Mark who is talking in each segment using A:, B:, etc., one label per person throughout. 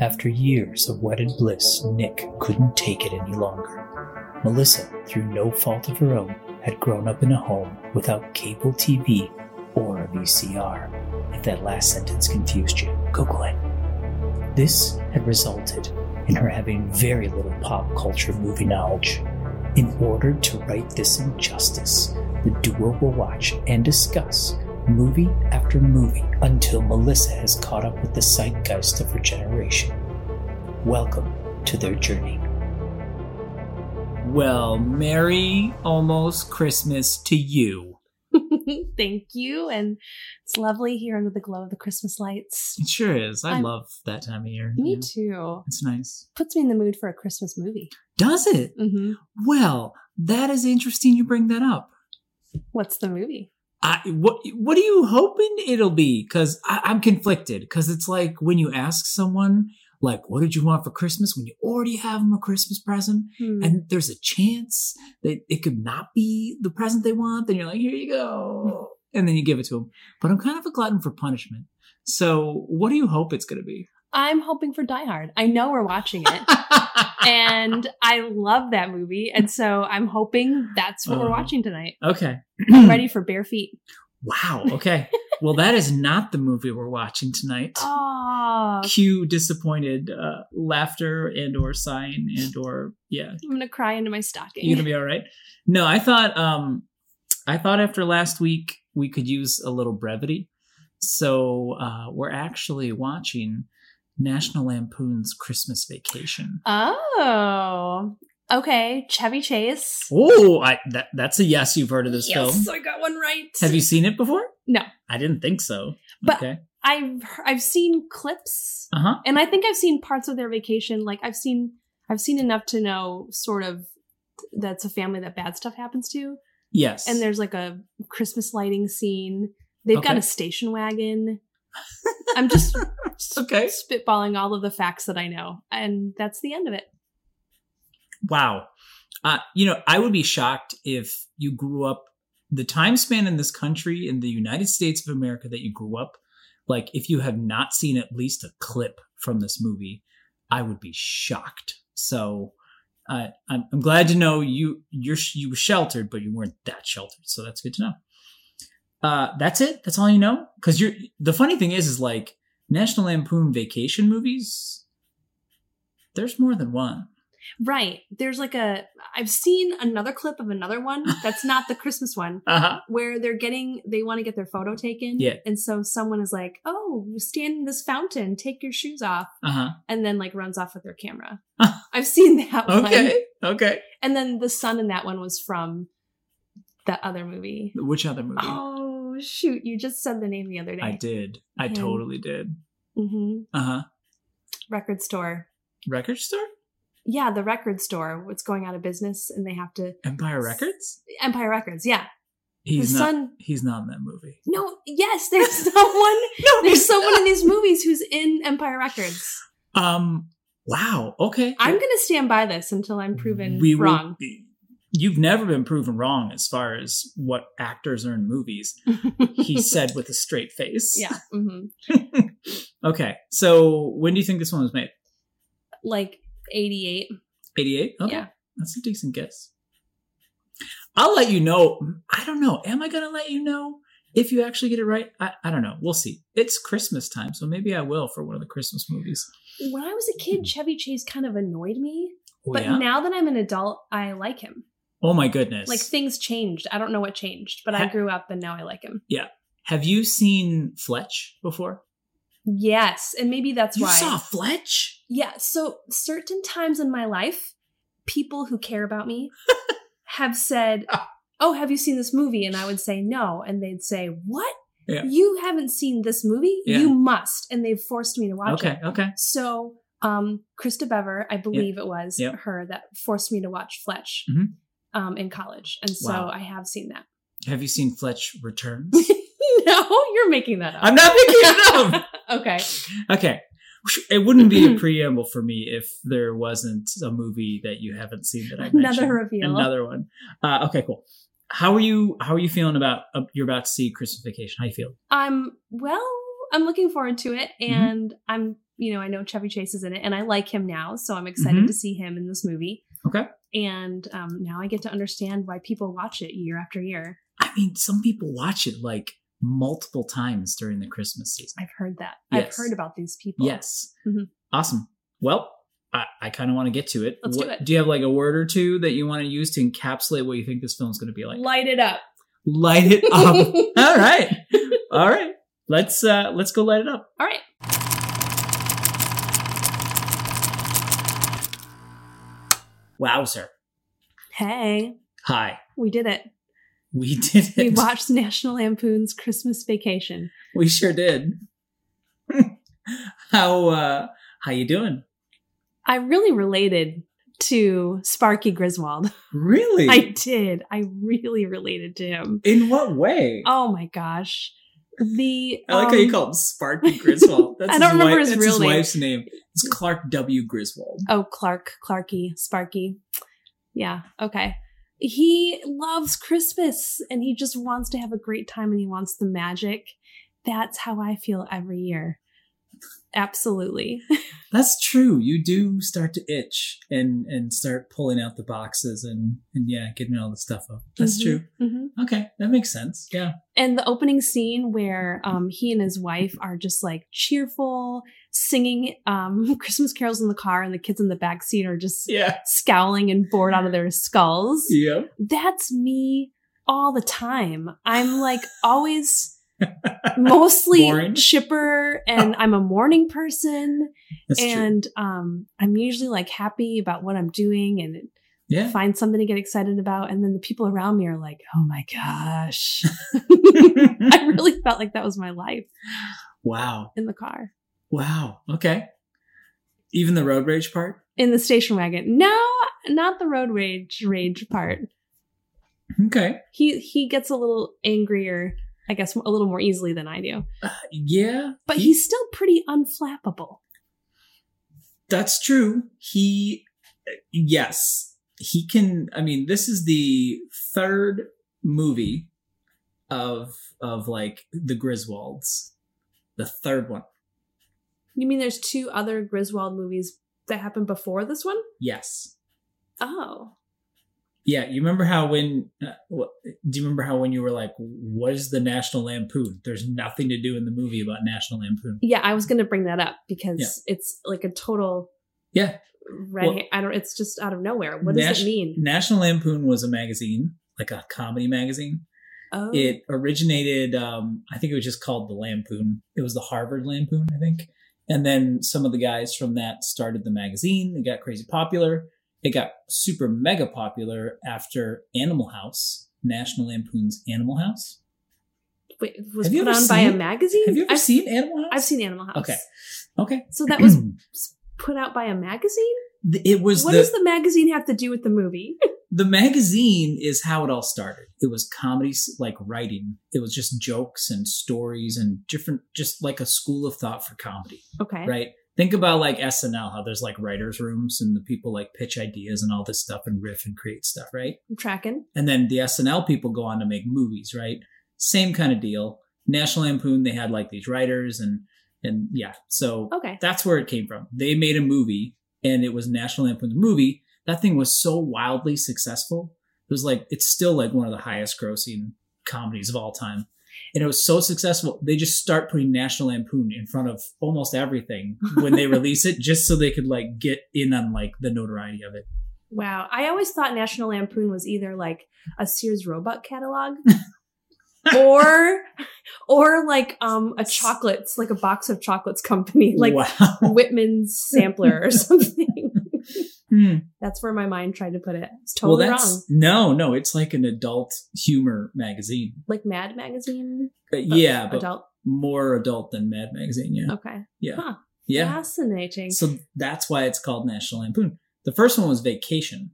A: After years of wedded bliss, Nick couldn't take it any longer. Melissa, through no fault of her own, had grown up in a home without cable TV or a VCR. If that last sentence confused you, Google it. This had resulted in her having very little pop culture movie knowledge. In order to right this injustice, the duo will watch and discuss movie after movie until Melissa has caught up with the zeitgeist of her generation. Welcome to their journey. Well, Merry almost Christmas to you.
B: Thank you. And it's lovely here under the glow of the Christmas lights.
A: It sure is. I I'm, love that time of year.
B: Me yeah. too.
A: It's nice.
B: Puts me in the mood for a Christmas movie.
A: Does it?
B: Mm-hmm.
A: Well, that is interesting you bring that up.
B: What's the movie?
A: I, what what are you hoping it'll be? Because I'm conflicted. Because it's like when you ask someone, like, what did you want for Christmas when you already have them a Christmas present?
B: Mm-hmm.
A: Hmm. And there's a chance that it could not be the present they want. Then you're like, here you go. And then you give it to them. But I'm kind of a glutton for punishment. So what do you hope it's going to be?
B: I'm hoping for Die Hard. I know we're watching it. and I love that movie. And so I'm hoping that's
A: Uh-huh.
B: what uh, we're watching tonight.
A: Okay.
B: I'm ready for Bare Feet.
A: Wow. Okay. well, that is not the movie we're watching tonight.
B: Oh.
A: Cue disappointed uh, laughter and or sign and or yeah.
B: I'm gonna cry into my stocking.
A: You're gonna be all right. No, I thought um I thought after last week we could use a little brevity. So uh, we're actually watching National Lampoon's Christmas Vacation.
B: Oh, okay. Chevy Chase.
A: Oh, I, that, that's a yes. You've heard of this
B: yes,
A: film.
B: Yes, I got one right.
A: Have you seen it before?
B: No,
A: I didn't think so.
B: But okay. I've I've seen clips,
A: uh-huh.
B: and I think I've seen parts of their vacation. Like I've seen I've seen enough to know sort of that's a family that bad stuff happens to.
A: Yes,
B: and there's like a Christmas lighting scene. They've okay. got a station wagon. I'm just
A: okay
B: spitballing all of the facts that I know, and that's the end of it.
A: Wow, uh, you know, I would be shocked if you grew up the time span in this country in the United States of America that you grew up. Like, if you have not seen at least a clip from this movie, I would be shocked. So. Uh, I'm, I'm glad to know you you're you were sheltered, but you weren't that sheltered, so that's good to know. Uh, that's it. That's all you know. Because you're the funny thing is, is like National Lampoon Vacation movies. There's more than one.
B: Right. There's like a. I've seen another clip of another one that's not the Christmas one,
A: uh-huh.
B: where they're getting they want to get their photo taken.
A: Yeah.
B: And so someone is like, "Oh, you stand in this fountain. Take your shoes off."
A: Uh-huh.
B: And then like runs off with their camera. I've seen that.
A: Okay. One. Okay.
B: And then the son in that one was from that other movie.
A: Which other movie?
B: Oh shoot! You just said the name the other day.
A: I did. I and, totally did.
B: Mm-hmm.
A: Uh huh.
B: Record store.
A: Record store.
B: Yeah, the record store. What's going out of business, and they have to
A: Empire Records.
B: Empire Records. Yeah.
A: He's Her not. Son, he's not in that movie.
B: No. Yes, there's someone. no, there's someone not. in these movies who's in Empire Records.
A: Um. Wow. Okay.
B: I'm well, gonna stand by this until I'm proven we wrong. Will,
A: you've never been proven wrong as far as what actors are in movies he said with a straight face
B: yeah mm-hmm.
A: okay so when do you think this one was made
B: like 88
A: 88 okay
B: yeah.
A: that's a decent guess i'll let you know i don't know am i gonna let you know if you actually get it right I, I don't know we'll see it's christmas time so maybe i will for one of the christmas movies
B: when i was a kid chevy chase kind of annoyed me
A: Hmm. oh,
B: but
A: yeah?
B: now that i'm an adult i like him
A: Oh my goodness.
B: Like things changed. I don't know what changed, but ha- I grew up and now I like him.
A: Yeah. Have you seen Fletch before?
B: Yes. And maybe that's
A: you
B: why.
A: You saw Fletch?
B: Yeah. So, certain times in my life, people who care about me have said,
A: Ah.
B: Oh, have you seen this movie? And I would say, No. And they'd say, What?
A: Yeah.
B: You haven't seen this movie?
A: Yeah.
B: You must. And they've forced me to watch
A: okay,
B: it.
A: Okay. Okay.
B: So, um, Krista Bever, I believe yeah. it was
A: yeah.
B: her that forced me to watch Fletch.
A: Mm-hmm.
B: Um, in college, and so
A: Wow.
B: I have seen that.
A: Have you seen Fletch Returns?
B: no, you're making that up.
A: I'm not making it up.
B: okay.
A: Okay. It wouldn't be a preamble for me if there wasn't a movie that you haven't seen that I mentioned.
B: Another reveal.
A: Another one. Uh, okay, cool. How are you? How are you feeling about uh, you're about to see Christmas Vacation? How you feel? Mm-hmm.
B: I'm well. I'm looking forward to it, and I'm you know, I know Chevy Chase is in it and I like him now, so I'm excited
A: Mhm.
B: to see him in this movie.
A: Okay.
B: And um, now I get to understand why people watch it year after year.
A: I mean, some people watch it like multiple times during the Christmas season.
B: I've heard that. I've
A: Yes.
B: heard about these people.
A: Yes.
B: Mhm.
A: Awesome. Well, I, I kind of want to get to it.
B: Let's do
A: what,
B: it.
A: Do you have like a word or two that you want to use to encapsulate what you think this film's going to be like?
B: Light it up.
A: Light it up. All right. All right. Let's uh let's go light it up.
B: All right.
A: Wowzer.
B: Hey,
A: Hi.
B: we did it.
A: We did it.
B: We watched National Lampoon's Christmas Vacation.
A: We sure did. how uh how you doing?
B: I really related to Sparky Griswold.
A: Really?
B: I did. I really related to him.
A: In what way?
B: Oh my gosh. The
A: I like how you
B: um,
A: call him Sparky Griswold. That's
B: I don't
A: his
B: remember
A: wife-
B: his
A: that's
B: real name.
A: wife's name. It's Clark W. Griswold.
B: Oh, Clark, Clarky, Sparky. Yeah, okay. He loves Christmas and he just wants to have a great time and he wants the magic. That's how I feel every year. Absolutely.
A: That's true. You do start to itch and and start pulling out the boxes and and yeah, getting all the stuff up. That's
B: Mhm.
A: true.
B: Mhm.
A: Okay, that makes sense. Yeah.
B: And the opening scene where um, he and his wife are just like cheerful, singing um, Christmas carols in the car, and the kids in the back seat are just
A: Yeah.
B: scowling and bored out of their skulls.
A: Yeah.
B: that's me all the time. I'm like always mostly
A: Boring.
B: chipper and I'm a morning person
A: That's true.
B: and um I'm usually like happy about what I'm doing and
A: Yeah.
B: find something to get excited about and then the people around me are like, "Oh my gosh." I really felt like that was my life
A: wow.
B: in the car.
A: Wow. Okay. Even the road rage part?
B: In the station wagon. No, not the road rage rage part.
A: Okay.
B: He he gets a little angrier, I guess a little more easily than I do.
A: Yeah.
B: but
A: he-
B: he's still pretty unflappable.
A: That's true. He, yes, he can. I mean, this is the third movie of of like the Griswolds, the third one.
B: You mean there's two other Griswold movies that happened before this one?
A: Yes,
B: Oh,
A: yeah. You remember how when? Uh, wh- do you remember how when you were like, "What is the National Lampoon?" There's nothing to do in the movie about National Lampoon.
B: yeah. I was going to bring that up because it's like a total
A: Yeah,
B: right.
A: Well-
B: I don't. It's just out of nowhere. What does
A: Nash-
B: it mean?
A: National Lampoon was a magazine, like a comedy magazine.
B: Oh,
A: it originated um i think it was just called the lampoon it was the harvard lampoon i think and then some of the guys from that started the magazine it got crazy popular it got super mega popular after animal house national lampoon's animal house
B: Wait, it was
A: have you
B: put on
A: ever
B: by a
A: seen-
B: magazine.
A: have you ever
B: I've,
A: seen animal house
B: I've seen Animal House.
A: okay okay
B: So that was put out by a magazine.
A: The- it was
B: What
A: the,
B: does the magazine have to do with the movie?
A: the magazine is how it all started. It was comedy, s- like writing. It was just jokes and stories and different, just like a school of thought for comedy.
B: Okay.
A: right? Think about like SNL, how there's like writers' rooms and the people like pitch ideas and all this stuff and riff and create stuff, right?
B: I'm tracking.
A: And then the SNL people go on to make movies, right? Same kind of deal. National Lampoon, they had like these writers and and yeah, so
B: Okay.
A: that's where it came from. They made a movie and it was National Lampoon's movie. That thing was so wildly successful. It was like it's still like one of the highest grossing comedies of all time. And it was so successful, they just start putting National Lampoon in front of almost everything when they release it, just so they could like get in on like the notoriety of it.
B: Wow. I always thought National Lampoon was either like a Sears robot catalog or or like um a chocolates, like a box of chocolates company, like
A: wow.
B: Whitman's sampler or something.
A: Hmm.
B: that's where my mind tried to put it. It's
A: Well,
B: totally
A: that's
B: wrong.
A: no, no. It's like an adult humor magazine.
B: Like Mad Magazine.
A: Uh, yeah, but
B: Adult.
A: more adult than Mad Magazine. Yeah,
B: Okay.
A: yeah,
B: Huh.
A: yeah.
B: Fascinating.
A: So that's why it's called National Lampoon. The first one was Vacation,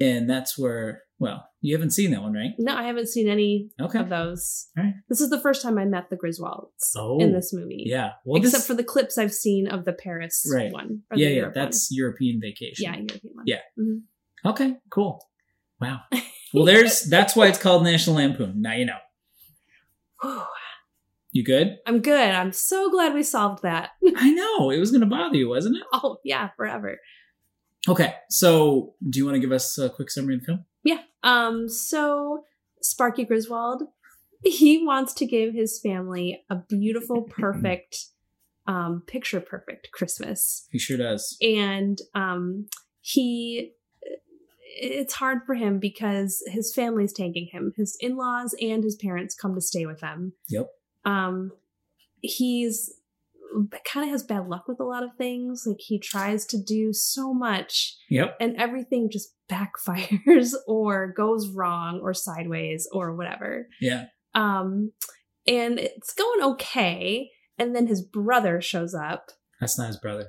A: and that's where. Well, you haven't seen that one, right?
B: no, I haven't seen any
A: Okay.
B: of those.
A: All right.
B: This is the first time I met the Griswolds
A: Oh,
B: in this movie.
A: Yeah. Well,
B: Except
A: this,
B: for the clips I've seen of the Paris
A: Right.
B: one. or the
A: yeah, yeah.
B: Europe one.
A: That's European Vacation.
B: yeah, European one.
A: Yeah.
B: Mhm.
A: Okay. Cool. Wow. Well, there's that's why it's called National Lampoon. Now you know.
B: Whew.
A: You good?
B: I'm good. I'm so glad we solved that.
A: I know. It was going to bother you, wasn't it?
B: oh, yeah, forever.
A: Okay. So, do you want to give us a quick summary of the film?
B: Yeah. Um, so Sparky Griswold, he wants to give his family a beautiful, perfect, um, picture perfect Christmas.
A: He sure does.
B: And um he it's hard for him because his family's taking him. His in-laws and his parents come to stay with them.
A: Yep.
B: Um he's kind of has bad luck with a lot of things. Like he tries to do so much
A: Yep.
B: and everything just backfires or goes wrong or sideways or whatever.
A: Yeah.
B: Um, and it's going okay. And then his brother shows up.
A: That's not his brother.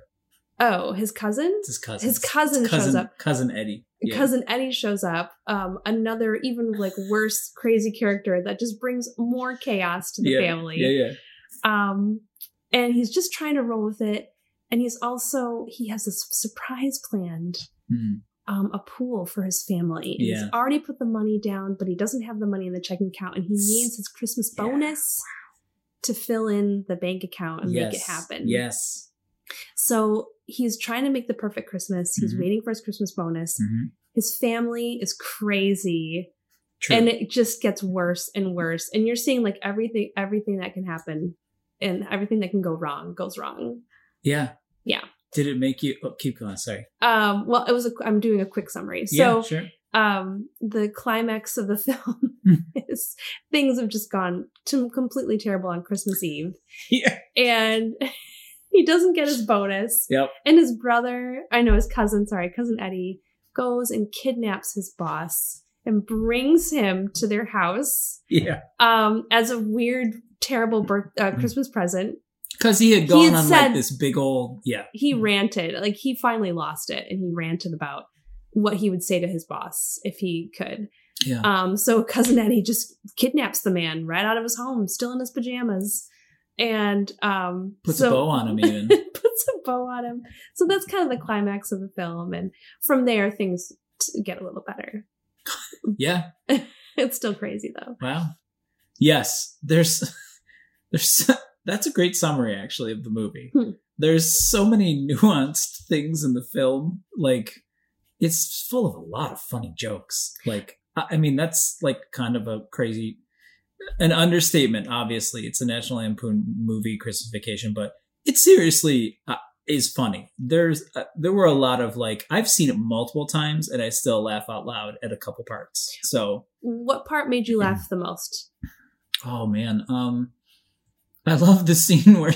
B: Oh, his cousin?
A: It's his cousin.
B: His cousin,
A: cousin,
B: shows up.
A: Cousin Eddie. Yeah.
B: Cousin Eddie shows up. Um, another even like worse crazy character that just brings more chaos to the
A: yeah.
B: family.
A: Yeah, yeah.
B: Um, and he's just trying to roll with it. And he's also he has this surprise planned
A: Hmm.
B: um, a pool for his family. And
A: Yeah.
B: He's already put the money down, but he doesn't have the money in the checking account, and he needs his Christmas
A: Yeah.
B: bonus to fill in the bank account and make it happen.
A: Yes.
B: So he's trying to make the perfect Christmas. He's
A: Mhm.
B: waiting for his Christmas bonus.
A: Mhm.
B: His family is crazy,
A: True.
B: and it just gets worse and worse. And you're seeing like everything, everything that can happen, and everything that can go wrong goes wrong.
A: yeah.
B: Yeah.
A: Did it make you oh, keep going? Sorry.
B: Um, well, it was. A, I'm doing a quick summary. So
A: yeah, sure.
B: um the climax of the film
A: Hmm.
B: is things have just gone to completely terrible on christmas eve
A: Yeah.
B: and he doesn't get his bonus
A: Yep.
B: and his brother i know his cousin sorry cousin eddie goes and kidnaps his boss and brings him to their house
A: Yeah.
B: um as a weird terrible birth uh,
A: Hmm.
B: christmas present
A: Because he had
B: He
A: gone
B: had
A: on like
B: said-
A: this big old yeah.
B: he ranted like he finally lost it and he ranted about what he would say to his boss if he could
A: Yeah.
B: Um, so cousin Eddie just kidnaps the man right out of his home, still in his pajamas, and um,
A: Puts
B: so-
A: a bow on him even.
B: puts a bow on him. So that's kind of the climax of the film, and from there things t- get a little better.
A: yeah.
B: It's still crazy though.
A: Wow. Yes. There's there's that's a great summary actually of the movie.
B: Hmm.
A: There's so many nuanced things in the film. Like it's full of a lot of funny jokes. Like I I mean that's like kind of a crazy an understatement obviously. It's a National Lampoon movie Christmas Vacation, but it seriously uh, is funny. There's uh, there were a lot of like I've seen it multiple times and I still laugh out loud at a couple parts. So
B: What part made you laugh the most?
A: Oh man, um, I love the scene where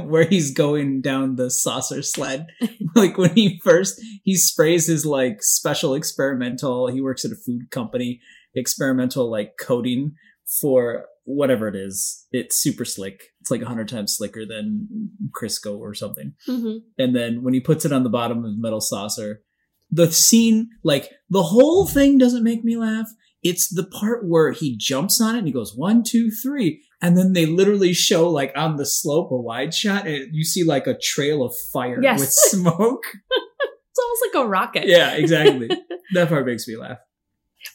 A: where he's going down the saucer sled. like when he first he sprays his like special experimental. He works at a food company, experimental like coating for whatever it is. It's super slick. It's like a hundred times slicker than Crisco or something
B: Mm-hmm.
A: and then when he puts it on the bottom of his metal saucer, the scene, like the whole thing doesn't make me laugh. It's the part where he jumps on it and he goes one, two, three, and then they literally show like on the slope a wide shot, and you see like a trail of fire
B: Yes.
A: with smoke.
B: It's almost like a rocket.
A: yeah, exactly. that part makes me laugh.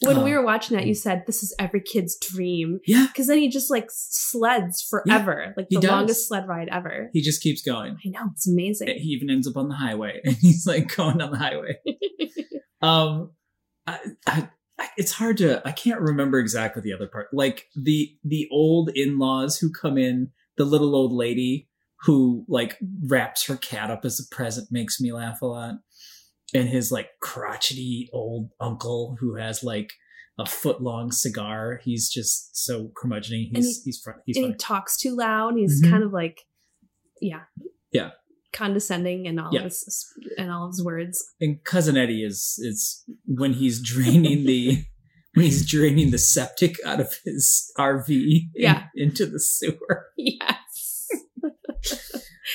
B: When we
A: Oh.
B: were watching that, you said this is every kid's dream
A: Yeah,
B: because then he just like sleds forever, like
A: he
B: the
A: does.
B: longest sled ride ever.
A: he just keeps going.
B: I know it's amazing.
A: He even ends up on the highway, and he's like going down the highway. um I, I, I- it's hard to i can't remember exactly the other part like the the old in-laws who come in the little old lady who like wraps her cat up as a present makes me laugh a lot and his like crotchety old uncle who has like a foot long cigar he's just so curmudgeon he's
B: he-
A: he's fun he's
B: and he
A: funny
B: talks too loud. He's
A: Mhm.
B: kind of like, yeah,
A: Yeah.
B: condescending and all
A: Yeah.
B: his and all of his words.
A: and cousin eddie is is when he's draining the when he's draining the septic out of his rv in-
B: Yeah.
A: into the sewer
B: Yes.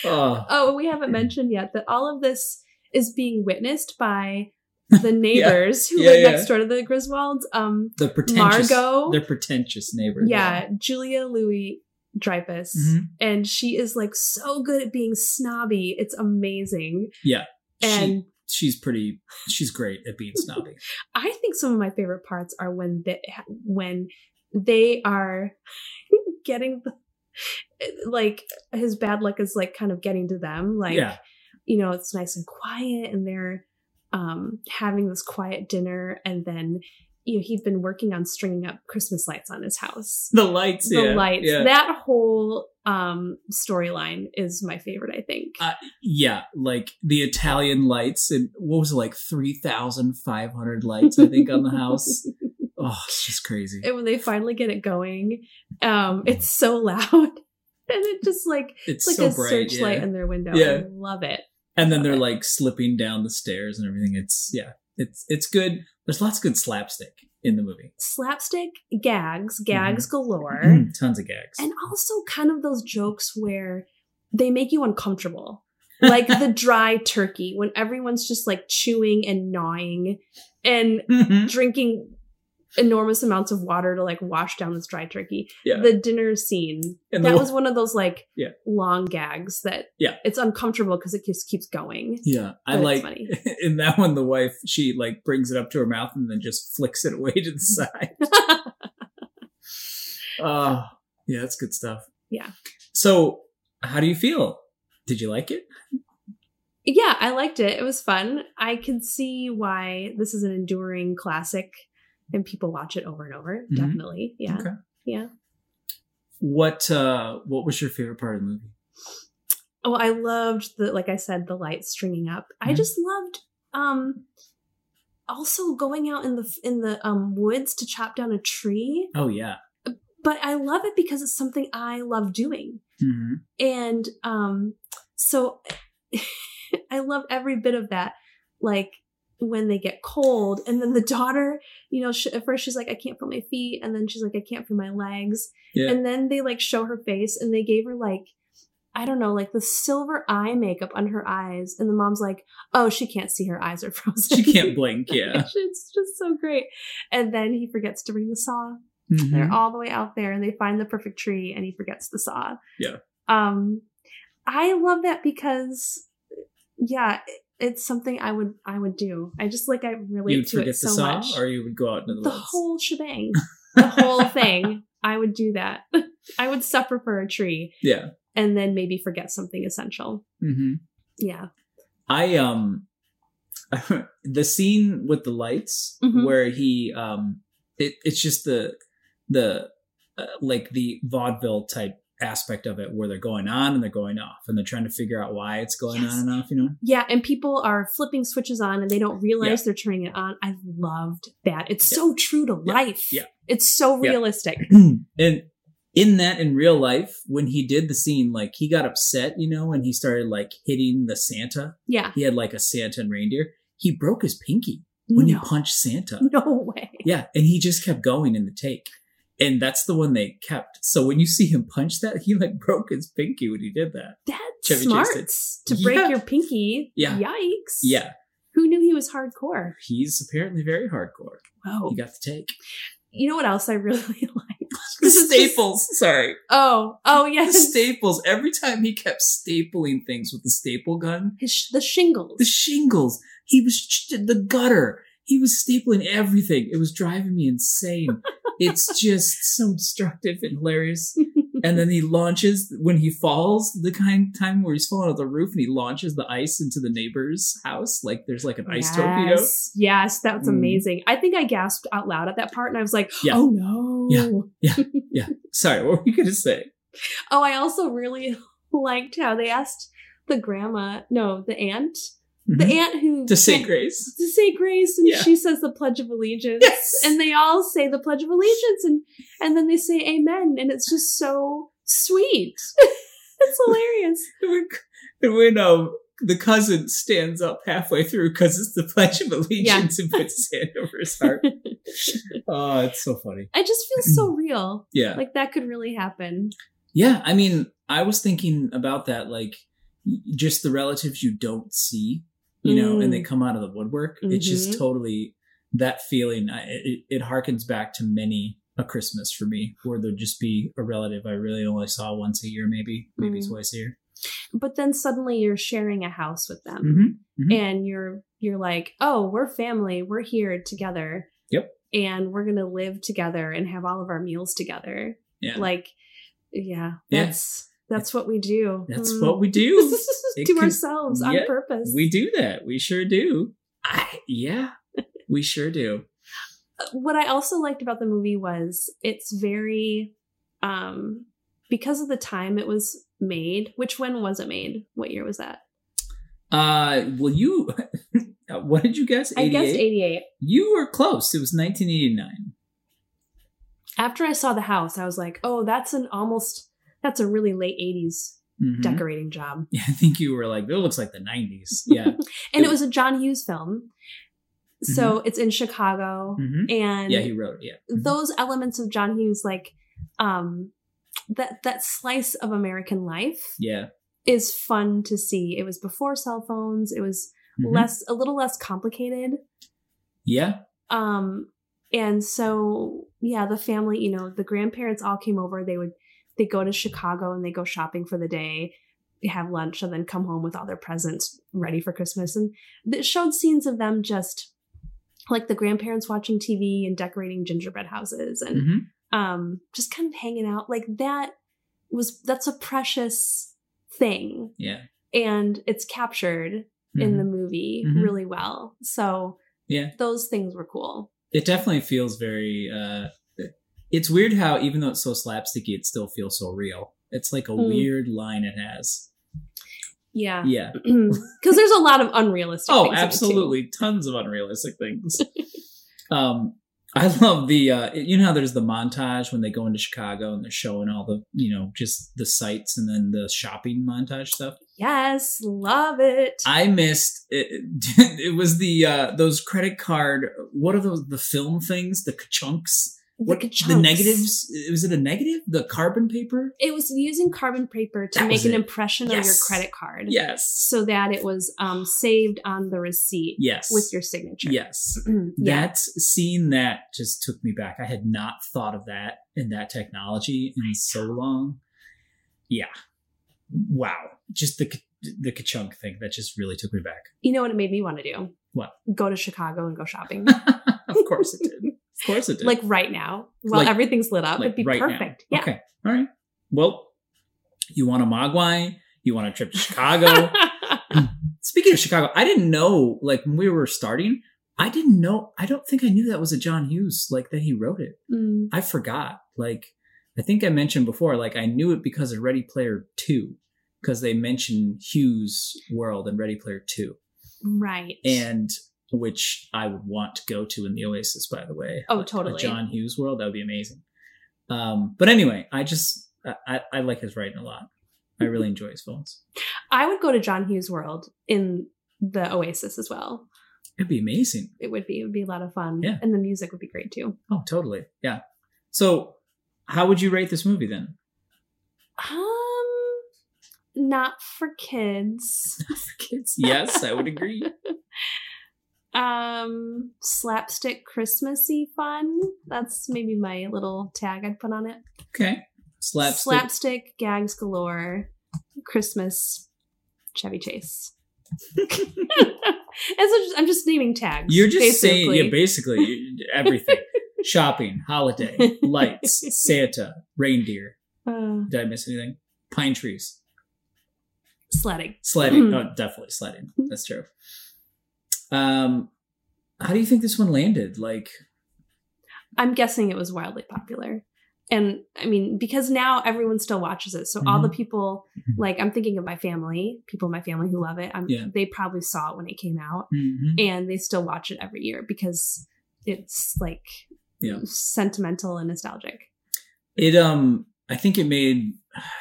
A: oh
B: oh, we haven't mentioned yet that all of this is being witnessed by the neighbors who
A: Yeah,
B: live
A: yeah.
B: next door to the Griswolds. Um,
A: the pretentious
B: Margot?
A: they're pretentious neighbors
B: yeah, Julia Louis Dreyfus,
A: Mhm.
B: and she is like so good at being snobby. It's amazing.
A: Yeah. She-
B: And
A: she's pretty she's great at being snobby
B: I think some of my favorite parts are when they when they are getting the, like his bad luck is like kind of getting to them. Like
A: yeah,
B: you know, it's nice and quiet and they're um having this quiet dinner and then you know, he'd been working on stringing up Christmas lights on his house.
A: the lights.
B: The
A: yeah,
B: lights.
A: Yeah.
B: That whole um storyline is my favorite, I think.
A: Uh, yeah, like the Italian lights and what was it like three thousand five hundred lights I think on the house. Oh, it's just crazy.
B: and when they finally get it going, um, it's so loud. And it just like
A: it's
B: it's like
A: so
B: a
A: bright.
B: searchlight
A: Yeah.
B: in their window.
A: Yeah.
B: I love it.
A: And then they're
B: Okay.
A: like slipping down the stairs and everything. It's yeah, it's it's good. There's lots of good slapstick in the movie.
B: Slapstick gags,
A: Mm-hmm.
B: gags galore,
A: Mm, Tons of gags.
B: and also kind of those jokes where they make you uncomfortable. Like the dry turkey when everyone's just like chewing and gnawing and
A: Mhm.
B: drinking enormous amounts of water to like wash down this dry turkey.
A: Yeah.
B: The dinner scene.
A: And
B: that
A: the-
B: was one of those like
A: Yeah.
B: long gags that
A: Yeah.
B: it's uncomfortable because it just keeps going.
A: Yeah, I
B: But it's
A: like
B: funny.
A: in that one. The wife she like brings it up to her mouth and then just flicks it away to the side. Oh, yeah, that's good stuff.
B: Yeah.
A: So, how do you feel? Did you like it?
B: yeah, I liked it. It was fun. I can see why this is an enduring classic and people watch it over and over.
A: Mhm.
B: Definitely. Yeah.
A: Okay.
B: Yeah.
A: What uh What was your favorite part of the movie?
B: Oh, I loved the like I said, the lights stringing up. I
A: Mhm.
B: just loved um also going out in the in the um woods to chop down a tree.
A: Oh yeah.
B: But I love it because it's something I love doing. Mm-hmm.
A: hmm
B: and um so i love every bit of that like when they get cold and then the daughter you know she, at first she's like i can't feel my feet and then she's like i can't feel my legs
A: Yeah.
B: and then they like show her face and they gave her like i don't know like the silver eye makeup on her eyes and the mom's like oh she can't see her eyes are frozen
A: She can't blink. Yeah.
B: it's just so great and then he forgets to bring the saw
A: Mhm.
B: they're all the way out there and they find the perfect tree and he forgets the saw.
A: Yeah.
B: Um I love that because yeah, it- it's something I would I would do. I just like I relate
A: You'd
B: to
A: forget
B: it so
A: the saw,
B: much.
A: or you would go out into the,
B: the
A: woods.
B: whole shebang. The whole thing. I would do that. I would suffer for a tree
A: yeah.
B: and then maybe forget something essential.
A: hmm
B: Yeah.
A: I um the scene with the lights
B: Mhm.
A: where he um it it's just the the uh, like the vaudeville type aspect of it where they're going on and they're going off and they're trying to figure out why it's going
B: Yes.
A: on and off, you know.
B: Yeah, and people are flipping switches on and they don't realize they're turning it on. I loved that. It's so true to
A: Yeah.
B: life.
A: Yeah.
B: It's so
A: Yeah.
B: realistic.
A: and in that in real life when he did the scene like he got upset, you know, and he started like hitting the Santa.
B: Yeah.
A: He had like a Santa and reindeer. He broke his pinky when he
B: No.
A: punched Santa.
B: No way.
A: Yeah, and he just kept going in the take. And that's the one they kept. So when you see him punch that, he like broke his pinky when he did that.
B: That's
A: Chevy Chase
B: smart
A: did.
B: to break
A: Yeah.
B: your pinky.
A: Yeah.
B: Yikes.
A: Yeah,
B: Who knew he was hardcore?
A: he's apparently very hardcore.
B: Wow.
A: He got the take.
B: You know what else I really like?
A: The
B: This is just-
A: staples, sorry.
B: Oh, oh
A: The
B: yes.
A: staples. Every time he kept stapling things with the staple gun,
B: His sh- the shingles.
A: the shingles, he was ch- the gutter. He was stapling everything. It was driving me insane. it's just so destructive and hilarious. and then he launches when he falls the kind time where he's falling off the roof and he launches the ice into the neighbor's house like there's like an ice torpedo
B: Yes. Yes, that was
A: Mm.
B: amazing. I think I gasped out loud at that part and I was like,
A: Yeah.
B: oh no.
A: sorry what were you gonna say
B: Oh, I also really liked how they asked the grandma, no, the aunt, the aunt who
A: Mm-hmm. to say
B: can't-
A: grace
B: to say grace and
A: Yeah.
B: she says the pledge of allegiance
A: Yes.
B: and they all say the pledge of allegiance and and then they say amen and it's just so sweet it's hilarious
A: and when, and when um, the cousin stands up halfway through because it's the pledge of allegiance and puts his hand over his heart oh it's so funny
B: i just feel so real
A: yeah
B: like that could really happen
A: yeah i mean i was thinking about that like y- just the relatives you don't see you know, and they
B: Mm.
A: come out of the woodwork. It's
B: Mhm.
A: just totally that feeling. I, it, it harkens back to many a Christmas for me, where there'd just be a relative I really only saw once a year, maybe, maybe
B: Mm.
A: twice a year.
B: but then suddenly you're sharing a house with them
A: Mhm. Mhm.
B: and you're you're like oh we're family we're here together
A: Yep.
B: and we're gonna live together and have all of our meals together
A: Yeah.
B: like Yeah.
A: Yeah.
B: That's that's what we do.
A: That's
B: Mm.
A: what we do. It
B: to
A: can-
B: ourselves on
A: Yeah,
B: purpose.
A: we do that. We sure do. I, yeah, we sure do.
B: what I also liked about the movie was it's very um because of the time it was made, which when was it made? What year was that?
A: Uh, well, you. what did you guess?
B: I guessed
A: 88?
B: 88.
A: You were close. It was 1989.
B: After I saw the house, I was like, "Oh, that's an almost that's a really late 80s
A: Mhm.
B: decorating job."
A: Yeah, I think you were like, that looks like the 90s. Yeah.
B: And it was a John Hughes film. So, it's in Chicago
A: Mhm.
B: and
A: Mm-hmm. Yeah, he wrote it. Yeah. Mhm.
B: those elements of John Hughes like um that that slice of American life
A: Yeah.
B: is fun to see. It was before cell phones. It was
A: Mhm.
B: less a little less complicated.
A: Mm-hmm. Yeah.
B: Um and so yeah, the family, you know, the grandparents all came over. They would they go to Chicago and they go shopping for the day, they have lunch and then come home with all their presents ready for Christmas. And it showed scenes of them just like the grandparents watching TV and decorating gingerbread houses and
A: Mhm.
B: um just kind of hanging out like that was that's a precious thing
A: Yeah.
B: and it's captured in
A: Mhm.
B: the movie
A: Mhm.
B: really well so
A: Yeah.
B: those things were cool
A: It definitely feels very. uh It's weird how, even though it's so slapsticky, it still feels so real. It's like a
B: Mm.
A: weird line it has.
B: yeah
A: Yeah.
B: because there's a lot of unrealistic
A: Oh,
B: things in it, too.
A: absolutely. Tons of unrealistic things. um, I love the, uh, you know, how there's the montage when they go into Chicago and they're showing all the, you know, just the sights and then the shopping montage stuff.
B: yes love it
A: I missed it, it was the uh those credit card what are those the film things the chunks what the
B: chunks.
A: negatives was it a negative the carbon paper
B: it was using carbon paper to
A: That
B: make
A: was
B: an
A: it.
B: impression of your
A: Yes.
B: credit card
A: yes
B: so that it was um saved on the receipt
A: yes
B: with your signature
A: yes
B: yeah
A: that seeing that just took me back I had not thought of that and that technology in so long yeah wow just the the chunk thing that just really took me back
B: you know what it made me want to do
A: What?
B: go to chicago and go shopping
A: of course it did of course it did
B: like right now while
A: Like-
B: everything's lit up it'd be
A: right now.
B: perfect yeah
A: Okay. All right. Well, you want a Mogwai? You want a trip to Chicago? Speaking of Chicago, I didn't know, like, when we were starting, I didn't know, I don't think I knew that was a John Hughes, like, that he wrote it.
B: Mm,
A: I forgot. Like, I think I mentioned before, like, I knew it because of Ready Player 2, because they mentioned Hughes' world in Ready Player 2,
B: right
A: and which I would want to go to in the Oasis, by the way
B: oh
A: a
B: totally
A: John Hughes world. That would be amazing. Um, but anyway, I just I, I, I like his writing a lot. I really enjoy his films.
B: i would go to john hughes world in the oasis as well
A: It'd be amazing.
B: it would be it would be a lot of fun
A: Yeah.
B: and the music would be great too
A: Oh, totally. Yeah. So, how would you rate this movie then?
B: um not for kids
A: Kids. Yes, I would agree.
B: um slapstick christmassy fun that's maybe my little tag i'd put on it
A: Okay. Slapstick.
B: slapstick gags galore christmas chevy chase and so just, i'm just naming tags
A: You're just saying,
B: basically.
A: yeah, basically you- everything. Shopping, holiday, lights, Santa, reindeer.
B: uh,
A: Did I miss anything? Pine trees,
B: sledding
A: sledding. oh, definitely sledding. That's true. Um, how do you think this one landed? Like,
B: i'm guessing it was wildly popular and i mean because now everyone still watches it so all
A: Mm-hmm.
B: the people like i'm thinking of my family people in my family who love it I'm,
A: Yeah.
B: they probably saw it when it came out
A: Mhm.
B: and they still watch it every year because it's like
A: Yeah.
B: sentimental and nostalgic
A: It um I think it made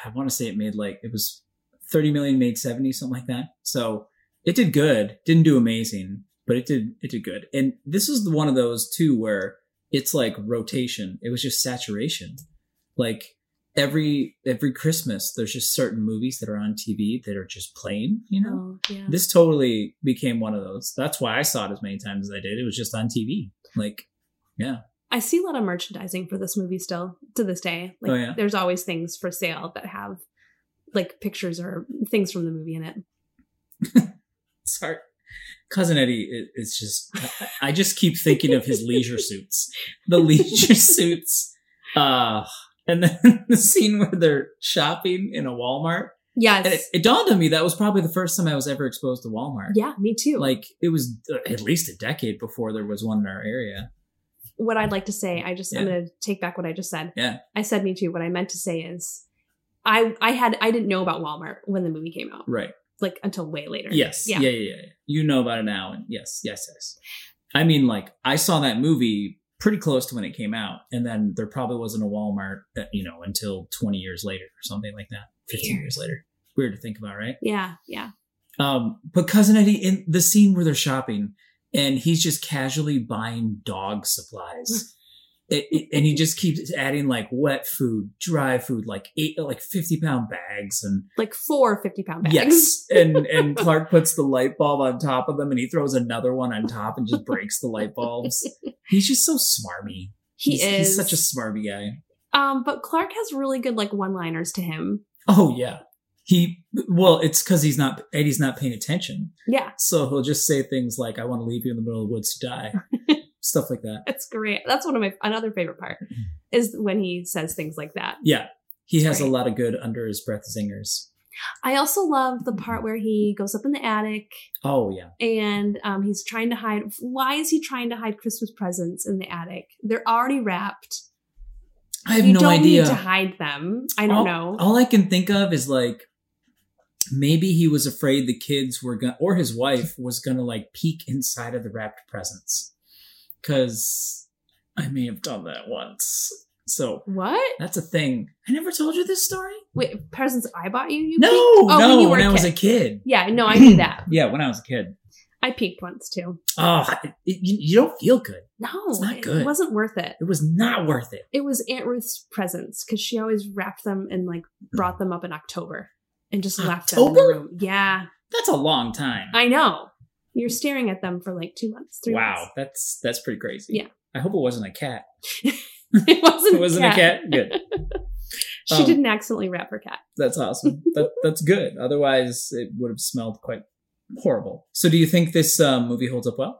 A: I want to say it made like it was 30 million made 70 something like that. So it did good. Didn't do amazing, but it did it did good. And this is one of those too where it's like rotation. It was just saturation. Like every every Christmas there's just certain movies that are on TV that are just playing, you know?
B: oh yeah
A: This totally became one of those. That's why I saw it as many times as I did. It was just on TV. Like
B: I see a lot of merchandising for this movie still to this day. Like
A: Oh, yeah?
B: there's always things for sale that have like pictures or things from the movie in it.
A: Sorry. Cousin Eddie i- is just, I- I just keep thinking of his leisure suits. The leisure suits. Uh, And then the scene where they're shopping in a Walmart.
B: Yes.
A: And it, it dawned on me that was probably the first time I was ever exposed to Walmart.
B: yeah, me too.
A: Like it was uh, at least a decade before there was one in our area.
B: what I'd like to say, I just I'm
A: Yeah.
B: gonna take back what I just said.
A: Yeah.
B: I said me too. What I meant to say is I I had I didn't know about Walmart when the movie came out.
A: Right.
B: Like until way later.
A: Yes.
B: Yeah.
A: Yeah. Yeah. Yeah. yeah. You know about it now. And yes. Yes. Yes. I mean, like I saw that movie pretty close to when it came out, and then there probably wasn't a Walmart, uh, you know, until 20 years later or something like that. 15 years later. Weird to think about, right?
B: Yeah, yeah.
A: Um, but cousin Eddie in the scene where they're shopping and he's just casually buying dog supplies. It, it- and he just keeps adding like wet food, dry food, like eight, like 50 pound bags and
B: Like four 50 pound bags.
A: yes. And, and Clark puts the light bulb on top of them and he throws another one on top and just breaks the light bulbs. He's just so smarmy.
B: He
A: he's,
B: is
A: he's such a smarmy guy.
B: um but Clark has really good like one liners to him.
A: Oh yeah. He, well, it's cause he's not, Eddie's not paying attention.
B: Yeah,
A: So he'll just say things like, I want to leave you in the middle of the woods to die. Stuff like that.
B: that's great. That's one of my another favorite part
A: Mm-hmm.
B: is when he says things like that.
A: Yeah. He
B: That's
A: has
B: great.
A: a lot of good under his breath zingers.
B: I also love the part where he goes up in the attic
A: Oh, yeah.
B: and um, he's trying to hide. Why is he trying to hide Christmas presents in the attic? They're already wrapped.
A: I have
B: you
A: no
B: don't
A: idea. Oh,
B: need to hide them. I don't
A: all,
B: know.
A: All I can think of is like, maybe he was afraid the kids were going to, or his wife was going to like peek inside of the wrapped presents. Cause I may have done that once. So
B: what?
A: that's a thing. I never told you this story.
B: Wait, presents I bought you? you
A: no,
B: peeked? Oh,
A: no,
B: when
A: when,
B: you were a
A: I was
B: kid.
A: a kid.
B: Yeah, no, I knew that.
A: Yeah, when I was a kid.
B: I peeked once too.
A: Oh, it, you, you don't feel good.
B: No,
A: It's not
B: it
A: good.
B: wasn't worth it.
A: It was not worth it.
B: It was Aunt Ruth's presents because she always wrapped them and like brought them up in October and just left them in the
A: October?
B: room. Yeah,
A: That's a long time.
B: I know. You're staring at them for like two months, three
A: wow,
B: months.
A: that's that's pretty crazy.
B: Yeah.
A: I hope it wasn't a cat.
B: It wasn't,
A: It wasn't a cat. Good.
B: She
A: Um,
B: didn't accidentally wrap her cat.
A: That's awesome. That, that's good. Otherwise, it would have smelled quite horrible. So, do you think this um, movie holds up well?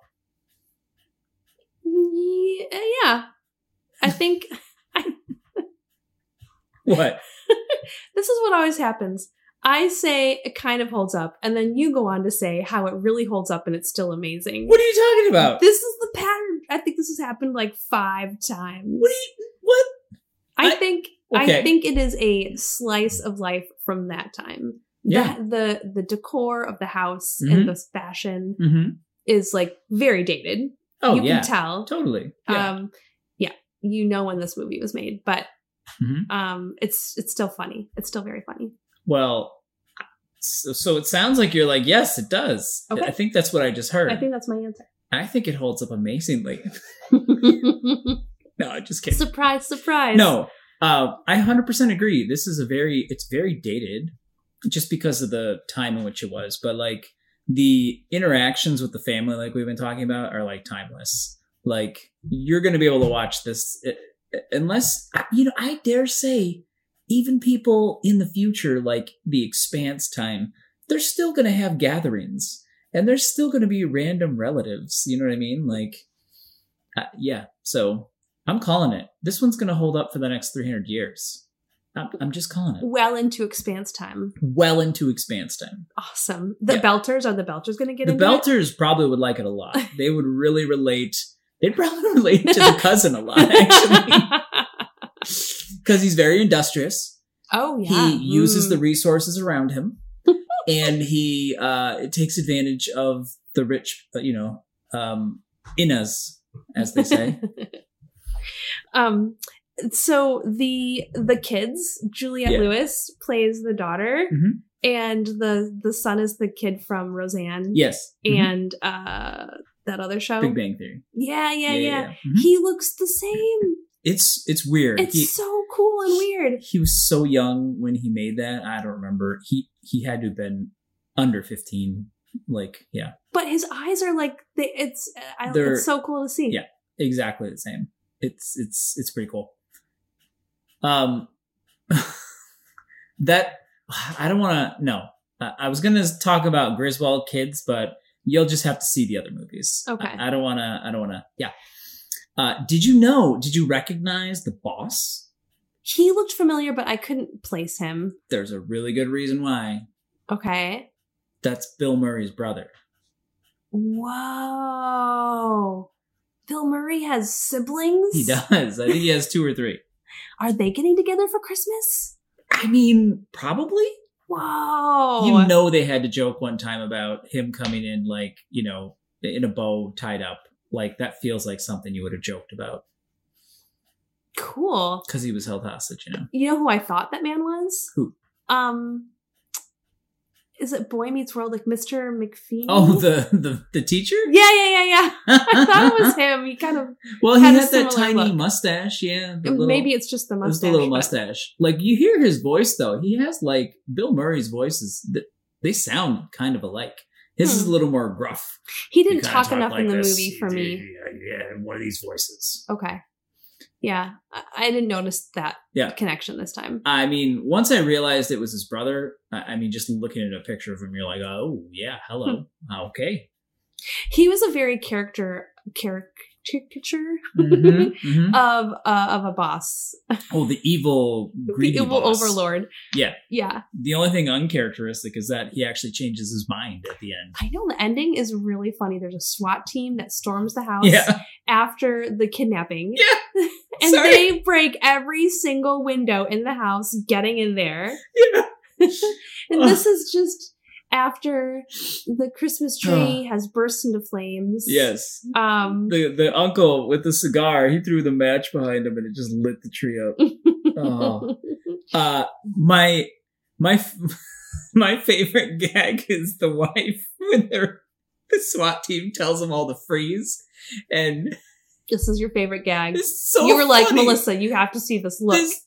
B: Ye- Yeah. I think
A: What?
B: this is what always happens. I say it kind of holds up, and then you go on to say how it really holds up and it's still amazing.
A: What are you talking about?
B: This is the pattern. I think this has happened like five times.
A: What? Are you, what?
B: I,
A: I-
B: think I
A: Okay.
B: think it is a slice of life from that time.
A: Yeah.
B: The the, the decor of the house
A: Mhm.
B: and the fashion
A: Mm-hmm.
B: is like very dated.
A: Oh
B: you
A: yeah,
B: can tell.
A: totally. Yeah.
B: Um yeah, you know when this movie was made, but
A: Mhm.
B: um it's it's still funny. It's still very funny.
A: well, so, so it sounds like you're like, yes, it does.
B: Okay.
A: I think that's what I just heard.
B: I think that's my answer.
A: I think it holds up amazingly. no, I'm just kidding.
B: surprise, surprise.
A: No, uh, I 100% agree. This is a very, it's very dated just because of the time in which it was. But like the interactions with the family, like we've been talking about, are like timeless. Like you're going to be able to watch this eh, eh, unless, you know, I dare say, even people in the future, like the expanse time, they're still going to have gatherings and there's still going to be random relatives. You know what I mean? Like, uh, yeah. So I'm calling it. This one's going to hold up for the next 300 years. I'm, I'm just calling it.
B: Well into expanse time.
A: Well into expanse time.
B: Awesome. The
A: Yeah.
B: Belters are the Belters going to get
A: The
B: into it?
A: Belters probably would like it a lot. They would really relate. They'd probably relate to the cousin a lot, actually, because he's very industrious.
B: oh yeah.
A: He uses
B: Mm.
A: the resources around him, and he uh, takes advantage of the rich, uh, you know, um, innas, as they say.
B: um so the the kids juliette
A: Yeah.
B: lewis plays the daughter
A: Mhm.
B: and the the son is the kid from roseanne
A: yes, Mhm.
B: and uh that other show
A: Big Bang Theory.
B: yeah yeah yeah,
A: Mhm.
B: he looks the same
A: It's it's weird.
B: it's
A: He-
B: so cool and weird
A: he was so young when he made that. I don't remember. He he had to have been under fifteen. Like yeah,
B: but his eyes are like they, it's I,
A: They're-
B: it's so cool to see
A: yeah. exactly the same. It's it's it's pretty cool. Um, that I don't want to. No, I, I was gonna talk about Griswold kids, but you'll just have to see the other movies.
B: Okay.
A: I, I don't want to. I don't want to. Yeah. Uh, did you know? Did you recognize the boss
B: He looked familiar, but I couldn't place him.
A: There's a really good reason why.
B: Okay.
A: That's Bill Murray's brother.
B: Whoa. Bill Murray has siblings?
A: He does. I think he has two or three.
B: Are they getting together for Christmas?
A: I mean, probably.
B: Whoa.
A: You know, they had to joke one time about him coming in like, you know, in a bow tied up. Like, that feels like something you would have joked about
B: Cool.
A: because he was held hostage, you know?
B: You know who I thought that man was?
A: Who?
B: Um is it Boy Meets World like Mr. McPhee?
A: Oh, the the, the teacher?
B: Yeah, yeah, yeah, yeah. I thought it was him. He kind of
A: well, he
B: had
A: had,
B: a
A: that
B: similar
A: tiny
B: look.
A: mustache. Yeah. the little-
B: maybe it's just the
A: It
B: mustache.
A: was the little
B: but-
A: mustache. Like you hear his voice though. He has like Bill Murray's voices. That they sound kind of alike. His is
B: Hmm.
A: a little more gruff.
B: He
A: You
B: didn't
A: kinda
B: talk enough
A: like
B: in the
A: this.
B: movie for me.
A: Yeah, yeah, one of these voices.
B: Okay. Yeah, I- I didn't notice that
A: Yeah.
B: connection this time.
A: I mean, once I realized it was his brother, I I mean, just looking at a picture of him, you're like, oh yeah,
B: Hmm.
A: hello, Ah, okay.
B: He was a very character caricature
A: Mhm,
B: Mm-hmm,
A: mhm.
B: of uh, of a boss,
A: Oh, the evil, greedy
B: the evil
A: boss.
B: overlord.
A: Yeah.
B: yeah.
A: The only thing uncharacteristic is that he actually changes his mind at the end.
B: I know the ending is really funny. There's a SWAT team that storms the house
A: Yeah,
B: after the kidnapping.
A: Yeah.
B: and
A: Sorry.
B: they break every single window in the house, getting in there.
A: yeah.
B: And
A: Ugh.
B: this is just after the Christmas tree has burst into flames.
A: Yes,
B: Um,
A: the the uncle with the cigar, he threw the match behind him and it just lit the tree up. Oh. Uh, my my f- my favorite gag is the wife when they're, the SWAT team tells them all to freeze, and
B: this is your favorite gag.
A: it's so
B: you were like,
A: funny.
B: Melissa, you have to see this look.
A: This-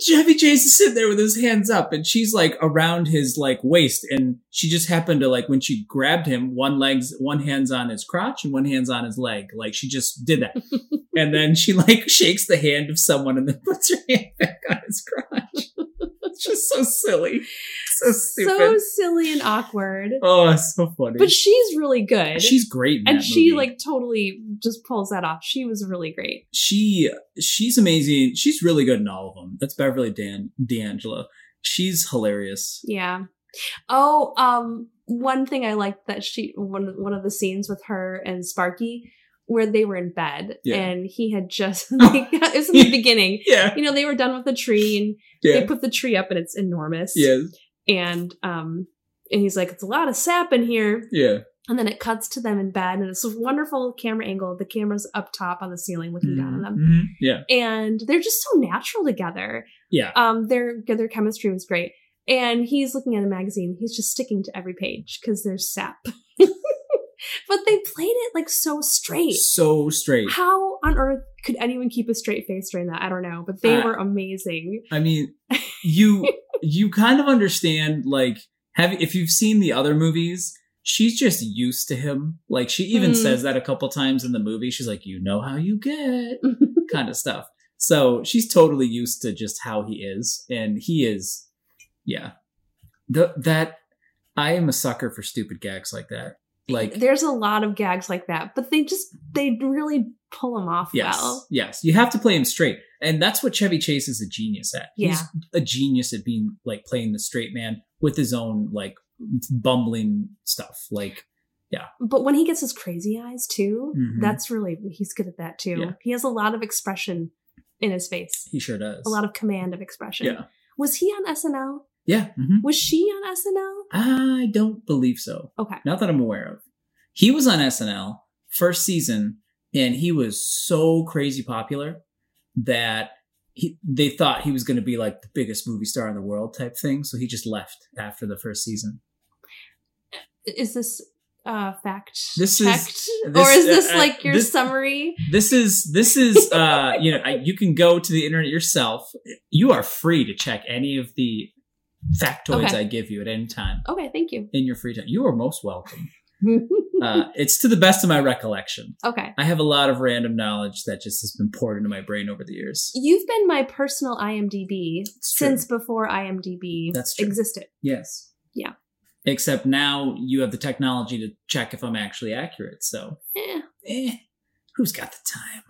A: Chevy Chase is sitting there with his hands up, and she's like around his like waist, and she just happened to like when she grabbed him, one legs, one hand's on his crotch and one hand's on his leg, like she just did that, and then she like shakes the hand of someone and then puts her hand back on his crotch. It's just so silly, so stupid.
B: so silly and awkward.
A: oh, it's so funny.
B: But she's really good.
A: she's great, in
B: and
A: that
B: she
A: movie.
B: like totally just pulls that off. She was really great.
A: she she's amazing. She's really good in all of them. That's Beverly Dan D'Angelo. She's hilarious.
B: Yeah. Oh, um, one thing I liked that she one one of the scenes with her and Sparky where they were in bed
A: Yeah.
B: and he had just like it was in the beginning.
A: Yeah,
B: You know, they were done with the tree and they
A: yeah,
B: put the tree up and it's enormous.
A: yeah.
B: And um and he's like, It's a lot of sap in here.
A: Yeah.
B: And then it cuts to them in bed and it's a wonderful camera angle. The camera's up top on the ceiling looking down on them.
A: Mhm. Yeah.
B: and they're just so natural together.
A: Yeah.
B: Um, their their chemistry was great. And he's looking at a magazine. He's just sticking to every page because there's sap. but they played it like so straight.
A: So straight.
B: How on earth could anyone keep a straight face during that? I don't know, but they
A: Uh,
B: were amazing.
A: I mean, you you kind of understand like have if you've seen the other movies, she's just used to him. Like she even
B: Mm.
A: says that a couple times in the movie. She's like, "You know how you get." kind of stuff. So, she's totally used to just how he is and he is yeah. The that I am a sucker for stupid gags like that. Like
B: There's a lot of gags like that, but they just they really pull them off
A: Yes.
B: well.
A: Yes. You have to play him straight. And that's what Chevy Chase is a genius at.
B: Yeah.
A: He's a genius at being like playing the straight man with his own like bumbling stuff. Like
B: But when he gets his crazy eyes too,
A: Mhm.
B: that's really he's good at that too.
A: Yeah.
B: He has a lot of expression in his face.
A: he sure does.
B: a lot of command of expression.
A: Yeah.
B: Was he on SNL?
A: Yeah. mhm.
B: Was she on SNL?
A: I don't believe so.
B: Okay.
A: Not that I'm aware of. He was on SNL first season and he was so crazy popular that he, they thought he was going to be like the biggest movie star in the world type thing. So he just left after the first season.
B: Is this uh fact
A: This is-
B: checked?
A: this-
B: or is this
A: uh,
B: like your
A: this-
B: summary?
A: this is this is uh you know I, you can go to the internet yourself you are free to check any of the factoids
B: Okay.
A: i give you at any time
B: Okay, thank you.
A: in your free time you are most welcome uh, it's to the best of my recollection
B: okay.
A: i have a lot of random knowledge that just has been poured into my brain over the years
B: You've been my personal IMDb
A: true.
B: since before IMDb
A: That's true.
B: existed.
A: yes
B: Yeah.
A: except now you have the technology to check if i'm actually accurate so
B: Eh.
A: eh, who's got the time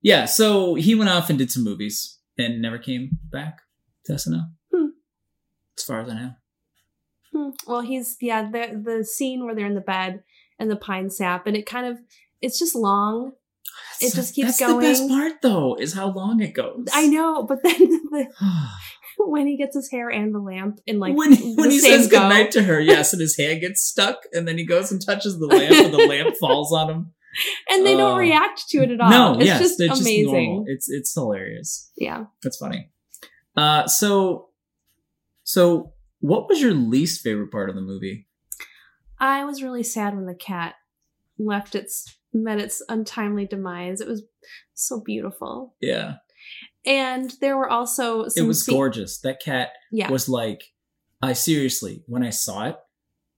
A: yeah so he went off and did some movies and never came back to SNL.
B: Hmm.
A: As far as I know.
B: Hmm. Well, he's yeah the the scene where they're in the bed and the pine sap, and it kind of it's just long. It just keeps
A: that's the best
B: going.
A: part, though, is how long it goes.
B: I know, but then the,
A: know.
B: when he gets his hair and the lamp and like
A: when he,
B: the
A: when he
B: same
A: says
B: go,
A: goodnight to her, yes, and his hand gets stuck, and then he goes and touches the lamp, and the lamp falls on him.
B: and they don't
A: Oh.
B: react to it at all.
A: No,
B: it's
A: yes,
B: just
A: they're just normal.
B: amazing.
A: It's it's hilarious.
B: yeah.
A: That's funny. Uh, so, so what was your least favorite part of the movie?
B: I was really sad when the cat left its met its untimely demise. It was so beautiful.
A: Yeah,
B: And there were also some
A: it was
B: se-
A: gorgeous. That cat
B: Yeah.
A: was like, I seriously, when I saw it.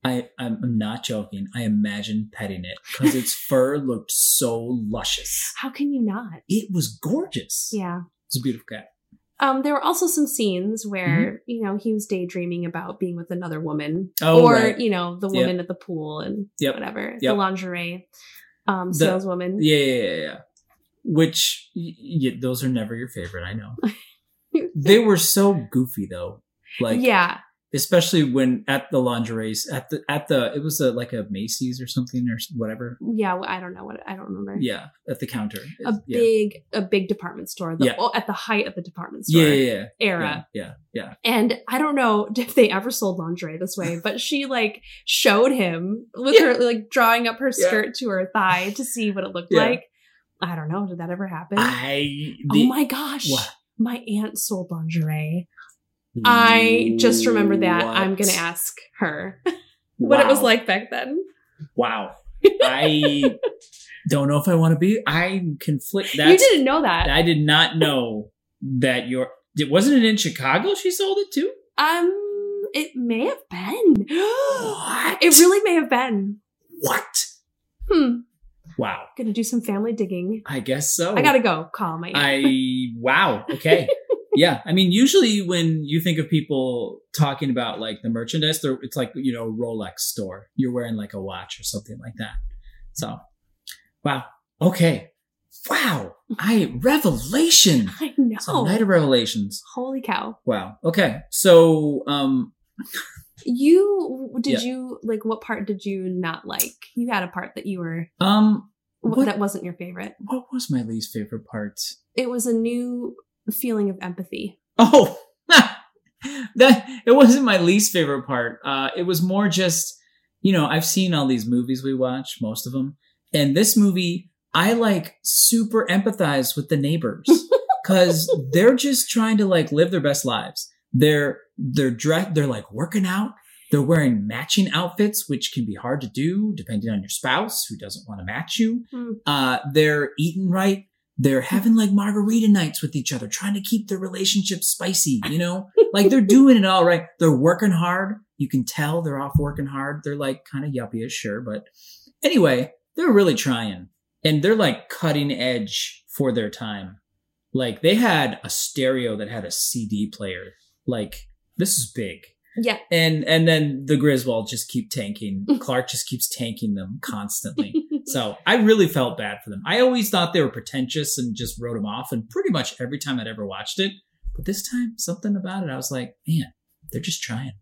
A: I, I'm not joking. I imagine petting it because its fur looked so luscious.
B: How can you not?
A: It was gorgeous.
B: Yeah.
A: It's a beautiful cat.
B: Um, there were also some scenes
A: Mm-hmm.
B: where you know he was daydreaming about being with another woman,
A: Oh,
B: or
A: right.
B: you know the woman at the pool and
A: Yep.
B: whatever the
A: Yep.
B: lingerie um,
A: The-
B: saleswoman.
A: Yeah, yeah, yeah, yeah. Which y- y- those are never your favorite. I know. they were so goofy though. Like,
B: yeah,
A: especially when at the lingerie at the at the it was a, like a Macy's or something or s- whatever.
B: yeah. well, I don't know what I don't remember.
A: Yeah, at the counter.
B: a
A: yeah.
B: big a big department store. The,
A: Yeah.
B: oh, at the height of the department store
A: yeah, yeah, yeah,
B: era.
A: yeah, yeah, yeah.
B: And I don't know if they ever sold lingerie this way, but she like showed him with
A: Yeah.
B: her like drawing up her
A: Yeah.
B: skirt to her thigh to see what it looked
A: Yeah.
B: like. I don't know. Did that ever happen?
A: I
B: oh
A: the-
B: my gosh.
A: What?
B: My aunt sold lingerie. I just remember that.
A: What?
B: I'm going to ask her what it was
A: Wow.
B: like back then.
A: Wow, I don't know if I want to be. I conflict. That's
B: you didn't know that.
A: I did not know that your it wasn't it in Chicago she sold it too?
B: um, it may have been.
A: What?
B: It really may have been.
A: What?
B: Hmm.
A: Wow.
B: Gonna do some family digging.
A: I guess so.
B: I gotta go call my aunt.
A: Oh. I wow. Okay. yeah. I mean, usually when you think of people talking about like the merchandise, they're, it's like you know Rolex store. You're wearing like a watch or something like that. So, wow. Okay. Wow. I revelation.
B: I, know.
A: It's a night of revelations.
B: Holy cow.
A: Wow. Okay. So, um,
B: You did
A: Yeah.
B: you like what part did you not like? You had a part that you were
A: um, What-
B: that wasn't your favorite.
A: what was my least favorite part?
B: It was a new feeling of empathy.
A: Oh, that it wasn't my least favorite part. Uh, it was more just, you know, I've seen all these movies we watch, most of them, and this movie, I like super empathize with the neighbors because they're just trying to like live their best lives. They're they're dressed, they're like working out. They're wearing matching outfits, which can be hard to do depending on your spouse who doesn't want to match you.
B: Mm.
A: Uh, they're eating right they're having like margarita nights with each other, trying to keep their relationship spicy, you know? like they're doing it all right. They're working hard. You can tell they're off working hard. They're like kind of yuppie as sure, but anyway, they're really trying. And they're like cutting edge for their time. Like they had a stereo that had a CD player. Like this is big
B: Yeah.
A: and and then the Griswold just keep tanking. Clark just keeps tanking them constantly. so I really felt bad for them. I always thought they were pretentious and just wrote them off. And pretty much every time I'd ever watched it, but this time something about it, I was like, man, they're just trying.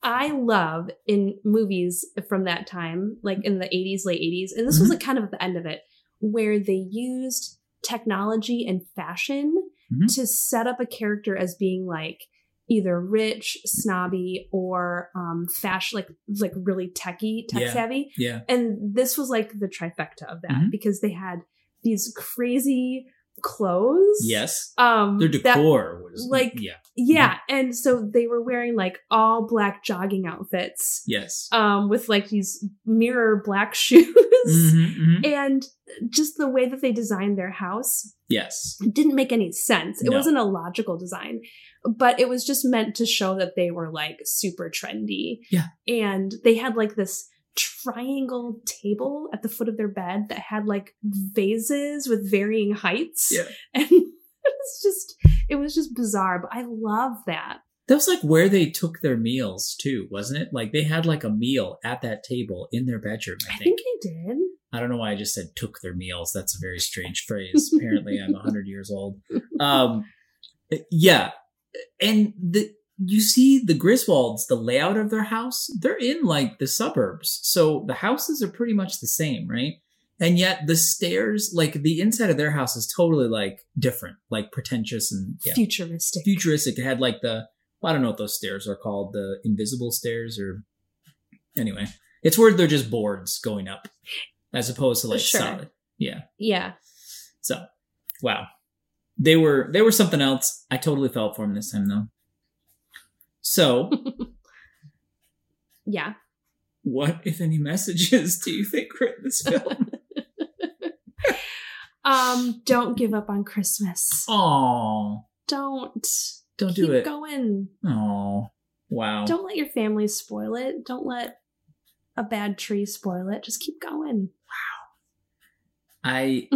B: I love in movies from that time, like in the 80s, late 80s, and this
A: Mm-hmm.
B: was like kind of at the end of it, where they used technology and fashion
A: Mhm.
B: to set up a character as being like either rich, snobby, or um fashion like like really techie, tech
A: Yeah.
B: savvy.
A: Yeah,
B: And this was like the trifecta of that
A: Mhm.
B: because they had these crazy clothes.
A: yes,
B: Um
A: their
B: that
A: decor Mm-hmm. was
B: like-
A: yeah,
B: yeah, and so they were wearing like all black jogging outfits,
A: yes,
B: um, with like these mirror black shoes,
A: Mhm, mhm.
B: and just the way that they designed their house
A: yes,
B: didn't make any sense. It
A: No.
B: wasn't a logical design, but it was just meant to show that they were like super trendy.
A: Yeah.
B: and they had like this triangle table at the foot of their bed that had like vases with varying heights.
A: Yeah.
B: and it was just it was just bizarre, but I love that.
A: that was like where they took their meals too, wasn't it? Like they had like a meal at that table in their bedroom. I
B: I
A: think,
B: think I did.
A: I don't know why I just said took their meals. That's a very strange phrase. Apparently, I'm 100 years old. Um, Yeah. And the you see the Griswolds, the layout of their house, they're in like the suburbs. So the houses are pretty much the same, right? And yet the stairs, like the inside of their house is totally like different, like pretentious and yeah,
B: Futuristic.
A: futuristic. It had like the, well, I don't know what those stairs are called, the invisible stairs or anyway, it's where they're just boards going up as opposed to like
B: Sure.
A: solid. Yeah.
B: yeah.
A: So, wow, they were they were something else. I totally felt for him this time though. So,
B: Yeah.
A: what if any messages do you think were in this film?
B: Um, don't give up on Christmas.
A: Aw,
B: Don't.
A: don't
B: Keep
A: do it.
B: going.
A: Aw, wow.
B: Don't let your family spoil it. Don't let a bad tree spoil it. Just keep going.
A: I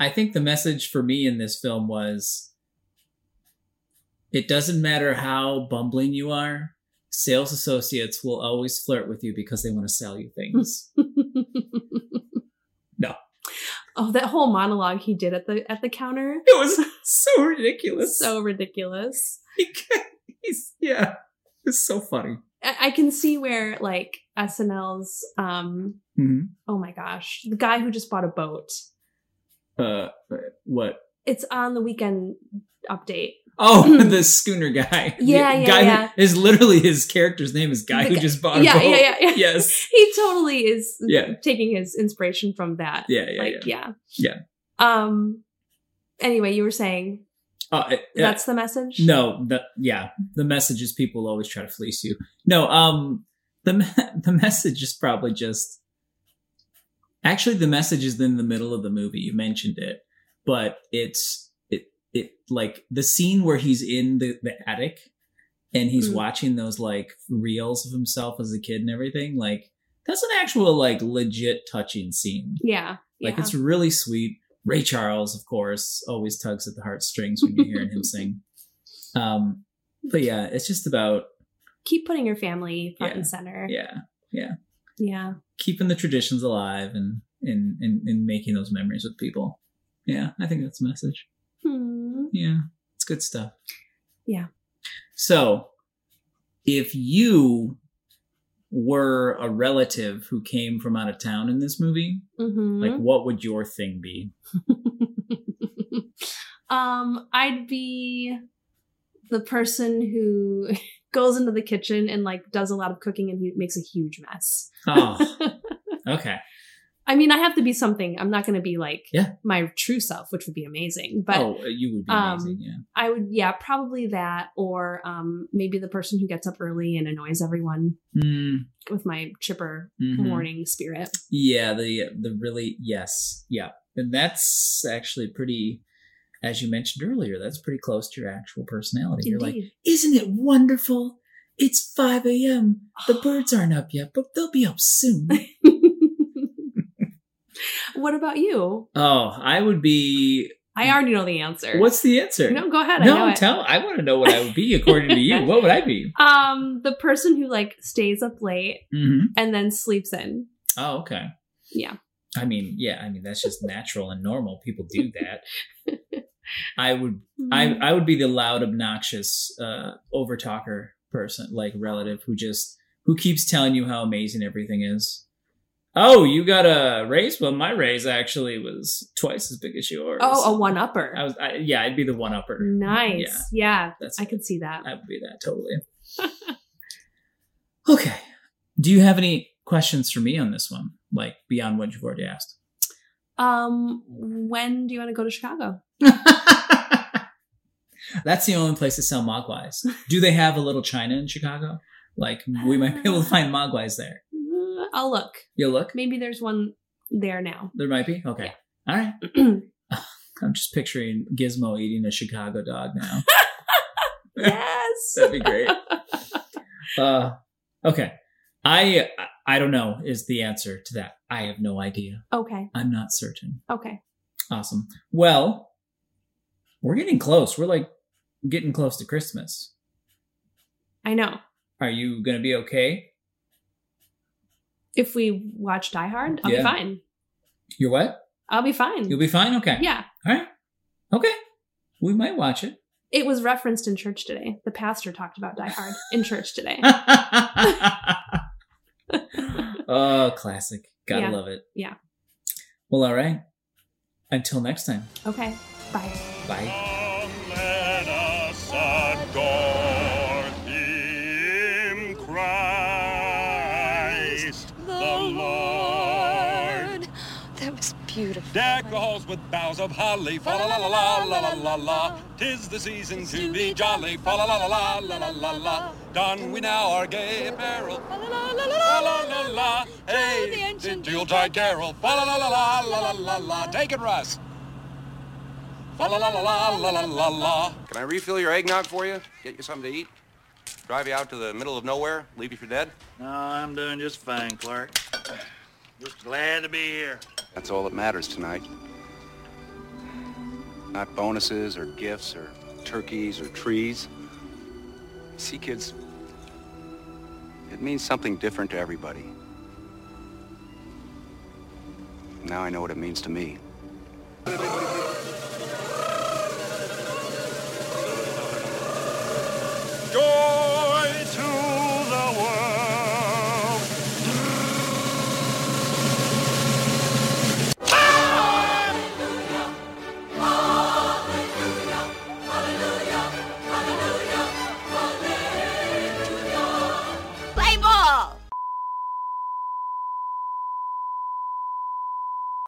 A: I think the message for me in this film was it doesn't matter how bumbling you are, sales associates will always flirt with you because they want to sell you things. No.
B: Oh, that whole monologue he did at the at the counter.
A: it was so ridiculous.
B: So ridiculous.
A: He ca- he's yeah it's so funny
B: I, I can see where like SNL's um
A: Mhm.
B: oh my gosh, the guy who just bought a boat.
A: uh what
B: It's on the weekend update.
A: oh the schooner guy
B: Yeah, yeah,
A: guy who-
B: yeah.
A: is literally his character's name is guy
B: The
A: who
B: guy-
A: just bought a
B: yeah,
A: boat
B: yeah, yeah, yeah.
A: yes
B: He totally is
A: Yeah.
B: taking his inspiration from that.
A: yeah yeah
B: like yeah.
A: Yeah.
B: Um anyway, you were saying
A: yeah. Uh, yeah.
B: that's the message?
A: no the yeah the message is people always try to fleece you no um the me- the message is probably just actually the message is in the middle of the movie you mentioned it but it's it it like the scene where he's in the, the attic and he's
B: Mm.
A: watching those like reels of himself as a kid and everything like that's an actual like legit touching scene
B: Yeah.
A: like
B: yeah.
A: it's really sweet. Ray Charles, of course, always tugs at the heartstrings when you're hearing him sing. Um, but yeah, it's just about
B: keep putting your family front
A: Yeah.
B: and center.
A: yeah,
B: Yeah.
A: keeping the traditions alive and and and, and making those memories with people. Yeah, I think that's the message.
B: Hmm.
A: Yeah, it's good stuff.
B: Yeah.
A: So, if you were a relative who came from out of town in this movie,
B: Mhm.
A: like what would your thing be?
B: um, I'd be the person who goes into the kitchen and like does a lot of cooking and he makes a huge mess.
A: Oh, okay.
B: I mean, I have to be something. I'm not going to be like
A: Yeah.
B: my true self, which would be amazing. But
A: oh, you would be
B: um,
A: amazing. yeah.
B: I would, yeah, probably that, or um, maybe the person who gets up early and annoys everyone
A: Mm,
B: with my chipper
A: mhm.
B: morning spirit.
A: Yeah, the the really yes, yeah, and that's actually pretty. As you mentioned earlier, that's pretty close to your actual personality. You're like,
B: Indeed.
A: isn't it wonderful? It's five a.m. The birds aren't up yet, but they'll be up soon.
B: what about you?
A: oh, I would be.
B: I already know the answer.
A: What's the answer?
B: no? Go ahead. I know
A: no,
B: it.
A: tell. I want to know what I would be according to you. What would I be?
B: um the person who like stays up late
A: Mm-hmm.
B: and then sleeps in
A: Oh, okay.
B: Yeah.
A: I mean, yeah. I mean, that's just natural and normal. People do that. I would I
B: Mm.
A: I would be the loud, obnoxious, uh, over talker person, like relative who just who keeps telling you how amazing everything is. Oh, you got a raise? Well, my raise actually was twice as big as yours.
B: oh a
A: I
B: one-upper
A: was, I, yeah, I'd be the one upper. Yeah,
B: nice yeah,
A: that's.
B: i could see that
A: I would be that totally. okay. Do you have any questions for me on this one? Like beyond what you've already asked.
B: um when do you want to go to chicago
A: That's the only place to sell mogwais. Do they have a little China in Chicago? Like we might be able to find mogwais there.
B: Mm, i'll look
A: You'll look.
B: maybe there's one there now
A: There might be. Okay. All right. I'm just picturing Gizmo eating a Chicago dog now.
B: yes
A: That'd be great. Uh, okay. I I don't know is the answer to that. I have no idea.
B: okay
A: I'm not certain.
B: okay
A: Awesome. Well, we're getting close. We're like getting close to Christmas.
B: i know
A: Are you gonna be okay?
B: if we watch die hard i'll
A: Yeah.
B: be fine
A: You're what?
B: i'll be fine
A: You'll be fine? Okay.
B: yeah
A: All right. Okay. We might watch it.
B: It was referenced in church today. The pastor talked about Die Hard in church today.
A: oh, classic. Gotta
B: Yeah.
A: love it.
B: Yeah.
A: Well, all right. Until next time.
B: Okay, bye.
A: Bye.
C: Come, let us adore Him, Christ
D: the
C: the Lord.
D: Lord. That was beautiful.
C: Deck the halls with boughs of holly, fa la la la la la la la la. Tis the season to be jolly, fa la la la la la la la la. Don we now our gay apparel,
D: La, la, la, la,
C: la la
D: la, la,
C: la
D: la,
C: la.
D: To the
C: Hey,
D: ancient
C: did you try Carol? Fa la la la la la la la la. Take it, Russ. Fa la la la la la la la la.
E: Can I refill your eggnog for you? Get you something to eat? Drive you out to the middle of nowhere? Leave you for dead?
F: No, I'm doing just fine, Clark. Just glad to be here.
E: That's all that matters tonight. Not bonuses or gifts or turkeys or trees. See, kids, it means something different to everybody. Now I know what it means to me.